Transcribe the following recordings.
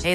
Hey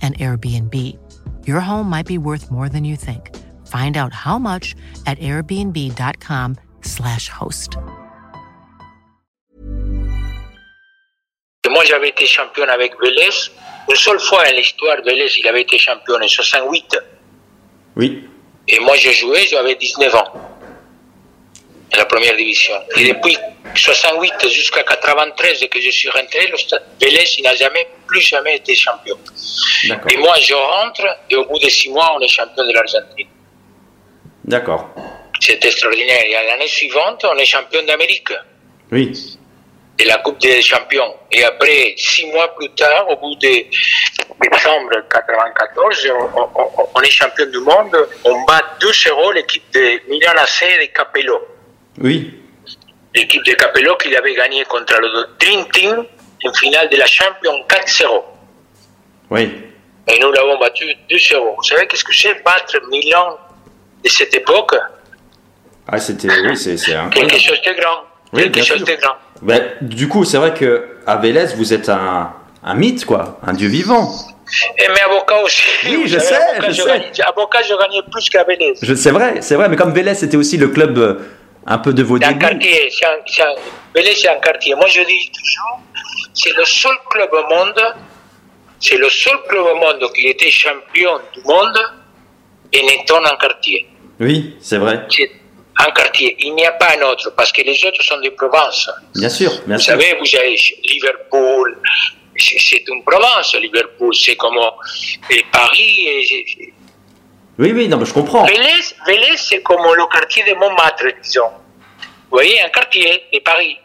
an Airbnb. Your home might be worth more than you think. Find out how much at airbnb.com/slash host. Moi, j'avais été champion avec Vélez. Une seule fois dans l'histoire, Vélez, il avait été champion en 68. Oui. Et moi, je jouais, j'avais 19 ans. Dans la première division. Et depuis 68 jusqu'à 93 que je suis rentré, le Stade Vélez, il n'a jamais, plus jamais été champion. D'accord. Et moi, je rentre, et au bout de six mois, on est champion de l'Argentine. D'accord. C'est extraordinaire. Et à l'année suivante, on est champion d'Amérique, Oui. de la Coupe des champions. Et après, six mois plus tard, au bout de décembre 94, on, on- on est champion du monde. On bat 2-0 l'équipe de Milan AC de Capello. Oui. L'équipe de Capello qu'il avait gagné contre le Dream Team en finale de la Champions 4-0. Oui. Et nous l'avons battu 2-0. Vous savez qu'est-ce que c'est battre Milan de cette époque Ah, c'était. Oui, c'est c'est Quelque incroyable. chose de grand. Oui, Quelque bien chose sûr. de grand. Ben, du coup, c'est vrai que à Vélez, vous êtes un, un mythe, quoi. Un dieu vivant. Et mais avocat aussi. Oui, Vous je savez, sais, avocat, je sais. gagnais, avocat, je gagnais plus qu'à Vélez. Je- C'est vrai, c'est vrai. Mais comme Vélez, c'était aussi le club euh, un peu de vos C'est un débuts. quartier. c'est un- c'est un- Vélez, c'est un quartier. Moi, je dis toujours, c'est le seul club au monde, c'est le seul club au monde qui était champion du monde et n'étant un quartier. Oui, c'est vrai. C'est un quartier. Il n'y a pas un autre, parce que les autres sont des provinces. Bien sûr, bien Vous sûr. savez, vous avez Liverpool, c'est c'est une province, Liverpool, c'est comme euh, et Paris. Et, Oui, oui, non, mais je comprends. Vélez, Vélez, c'est comme le quartier de Montmartre, disons. Vous voyez, un quartier de Paris.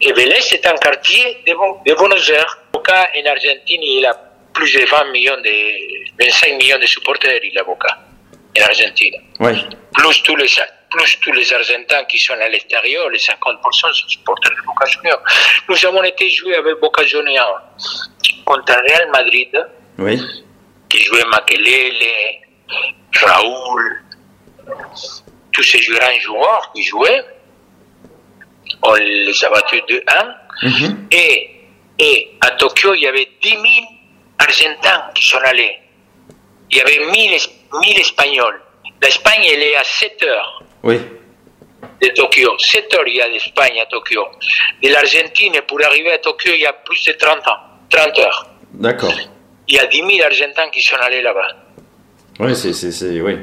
Et Vélez, c'est un quartier de, Bon- de Buenos Aires. Boca, en Argentine, il a plus de 20 millions de, 25 millions de supporters, il a Boca, en Argentine. Oui. Plus tous les, plus tous les Argentins qui sont à l'extérieur, les 50% sont supporters de Boca Juniors. Nous avons été joués avec Boca Juniors contre Real Madrid Oui. qui jouait Makelele, Raoul, tous ces grands joueurs qui jouaient. On les a battus 2-1. Mhm. Et, et à Tokyo, il y avait 10 000 Argentins qui sont allés. Il y avait 1000, Es- 1000 Espagnols. L'Espagne, elle est à 7 heures Oui. de Tokyo. 7 heures, il y a l'Espagne à Tokyo. De l'Argentine, pour arriver à Tokyo, il y a plus de 30 ans. 30 heures. D'accord. Il y a 10 000 Argentins qui sont allés là-bas. Oui, c'est, c'est, c'est- oui.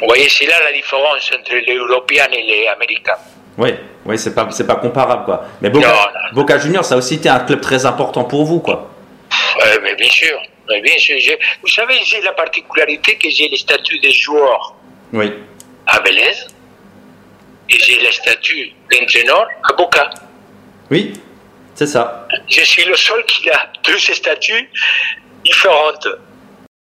Vous voyez, c'est là la différence entre les Européens et les Américains. Oui, oui, c'est pas, c'est pas comparable, quoi. Mais Boca, Non, non. Boca Juniors, ça a aussi été un club très important pour vous, quoi. Euh, mais bien sûr, mais bien sûr. je- Vous savez, j'ai la particularité que j'ai le statut de joueur Oui. à Vélez et j'ai le statut d'entraîneur à Boca. Oui, c'est ça. Je suis le seul qui a deux statuts différentes.